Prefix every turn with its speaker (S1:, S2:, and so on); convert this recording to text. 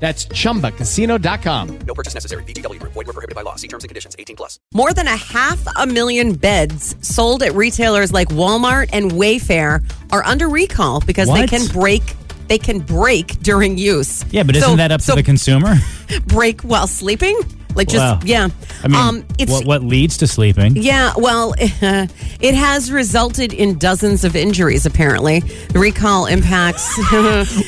S1: That's chumbacasino.com.
S2: No purchase necessary. VGW Group. Void were prohibited by law. See terms and conditions. 18 plus.
S3: More than a half a million beds sold at retailers like Walmart and Wayfair are under recall because
S4: What?
S3: they can break they can break during use.
S4: Yeah, but
S3: So-
S4: isn't that up
S3: so
S4: to the consumer?
S3: break while sleeping? Like just
S4: Wow.
S3: yeah.
S4: I mean,
S3: um it's
S4: what what leads to sleeping?
S3: yeah, well, it has resulted in dozens of injuries apparently. The recall impacts